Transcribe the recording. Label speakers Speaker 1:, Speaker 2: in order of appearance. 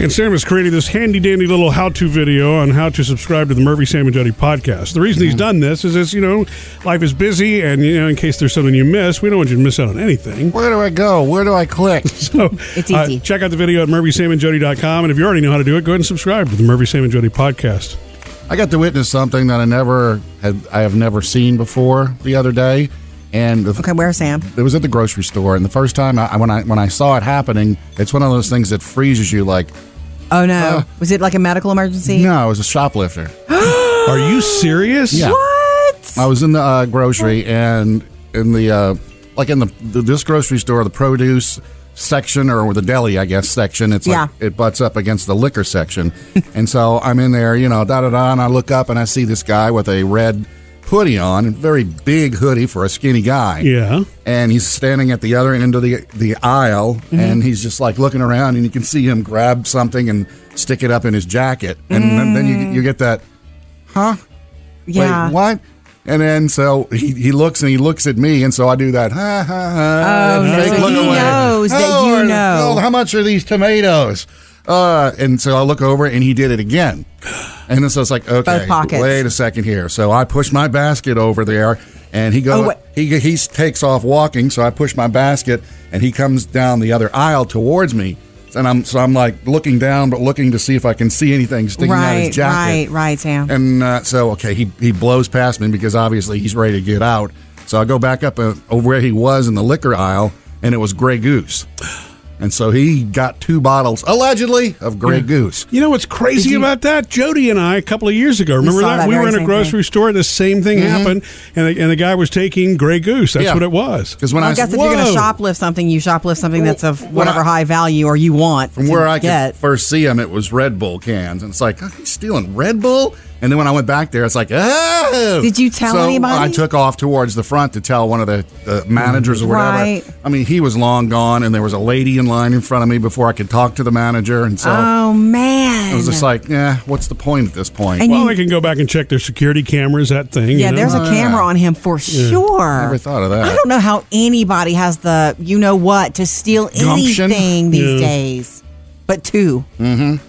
Speaker 1: And Sam has created this handy dandy little how to video on how to subscribe to the Murphy, Sam, and Jody podcast. The reason he's done this is, is, you know, life is busy, and, you know, in case there's something you miss, we don't want you to miss out on anything.
Speaker 2: Where do I go? Where do I click?
Speaker 1: So
Speaker 3: It's
Speaker 1: uh,
Speaker 3: easy.
Speaker 1: check out the video at murphysamandjody.com. And if you already know how to do it, go ahead and subscribe to the Murphy, Sam, and Jody podcast.
Speaker 2: I got to witness something that I never had. I have never seen before the other day, and the,
Speaker 3: Okay, where's Sam?
Speaker 2: it was at the grocery store. And the first time I, when I when I saw it happening, it's one of those things that freezes you. Like,
Speaker 3: Oh no, was it like a medical emergency?
Speaker 2: Uh, no, it was a shoplifter.
Speaker 1: Are you serious?
Speaker 2: Yeah.
Speaker 3: What?
Speaker 2: I was in the uh, grocery and in the uh, like in the, the this grocery store, the produce section or the deli, I guess section. It's like
Speaker 3: Yeah.
Speaker 2: it butts up against the liquor section, and so I'm in there, you know, da da da, and I look up and I see this guy with a red hoodie on, very big hoodie for a skinny guy
Speaker 1: Yeah.
Speaker 2: and he's standing at the other end of the the aisle, and he's just like looking around, and you can see him grab something and stick it up in his jacket, and then, then you you get that, huh?
Speaker 3: Yeah.
Speaker 2: Wait, what? And then so he, he looks and he looks at me, and so I do that ha ha ha.
Speaker 3: Oh,
Speaker 2: and
Speaker 3: no.
Speaker 2: fake
Speaker 3: So
Speaker 2: look
Speaker 3: he
Speaker 2: away.
Speaker 3: knows that you
Speaker 2: are-
Speaker 3: know.
Speaker 2: oh, how much are these tomatoes? Uh, and so I look over, and he did it again. And then so it's like, okay,
Speaker 3: pockets.
Speaker 2: wait a second here. So I push my basket over there, and he goes
Speaker 3: Oh,
Speaker 2: go-
Speaker 3: wait.
Speaker 2: he he takes off walking, so I push my basket, and he comes down the other aisle towards me, and I'm so I'm like looking down, but looking to see if I can see anything sticking out of his
Speaker 3: Right,
Speaker 2: jacket.
Speaker 3: right, right, Sam.
Speaker 2: And uh, so okay, he he blows past me because obviously he's ready to get out. So I go back up uh, over where he was in the liquor aisle, and it was Grey Goose, and so he got two bottles allegedly of Grey Goose.
Speaker 1: You know what's crazy about that? Jody and I, a couple of years ago, remember
Speaker 3: saw
Speaker 1: that?
Speaker 3: that
Speaker 1: we
Speaker 3: very
Speaker 1: were in a
Speaker 3: same
Speaker 1: grocery store, the same thing happened, and the, and the guy was taking Grey Goose. That's
Speaker 2: Yeah.
Speaker 1: what it was.
Speaker 2: Because when
Speaker 3: I
Speaker 2: I
Speaker 3: guess if you're going
Speaker 1: Whoa.
Speaker 3: to shoplift something, you shoplift something that's of
Speaker 2: Well,
Speaker 3: whatever
Speaker 2: I-
Speaker 3: high value or you want.
Speaker 2: From
Speaker 3: to
Speaker 2: where I
Speaker 3: get.
Speaker 2: could first see him, it was Red Bull cans, and it's like oh, he's stealing Red Bull. And then when I went back there, it's like, oh!
Speaker 3: Did you tell
Speaker 2: so
Speaker 3: anybody?
Speaker 2: I took off towards the front to tell one of the, the managers or whatever.
Speaker 3: Right.
Speaker 2: I mean, he was long gone, and there was a lady in line in front of me before I could talk to the manager, and so
Speaker 3: Oh man!
Speaker 2: I was just like, yeah, what's the point at this point?
Speaker 3: And
Speaker 1: Well,
Speaker 3: you-
Speaker 1: they can go back and check their security cameras, that thing. you
Speaker 3: yeah,
Speaker 1: know?
Speaker 3: there's a
Speaker 2: Oh,
Speaker 3: camera
Speaker 2: yeah.
Speaker 3: on him for sure.
Speaker 2: Never thought of that.
Speaker 3: I don't know how anybody has the you know what to steal
Speaker 2: Gumption?
Speaker 3: anything these
Speaker 1: Yeah.
Speaker 3: days, but two. Mm-hmm.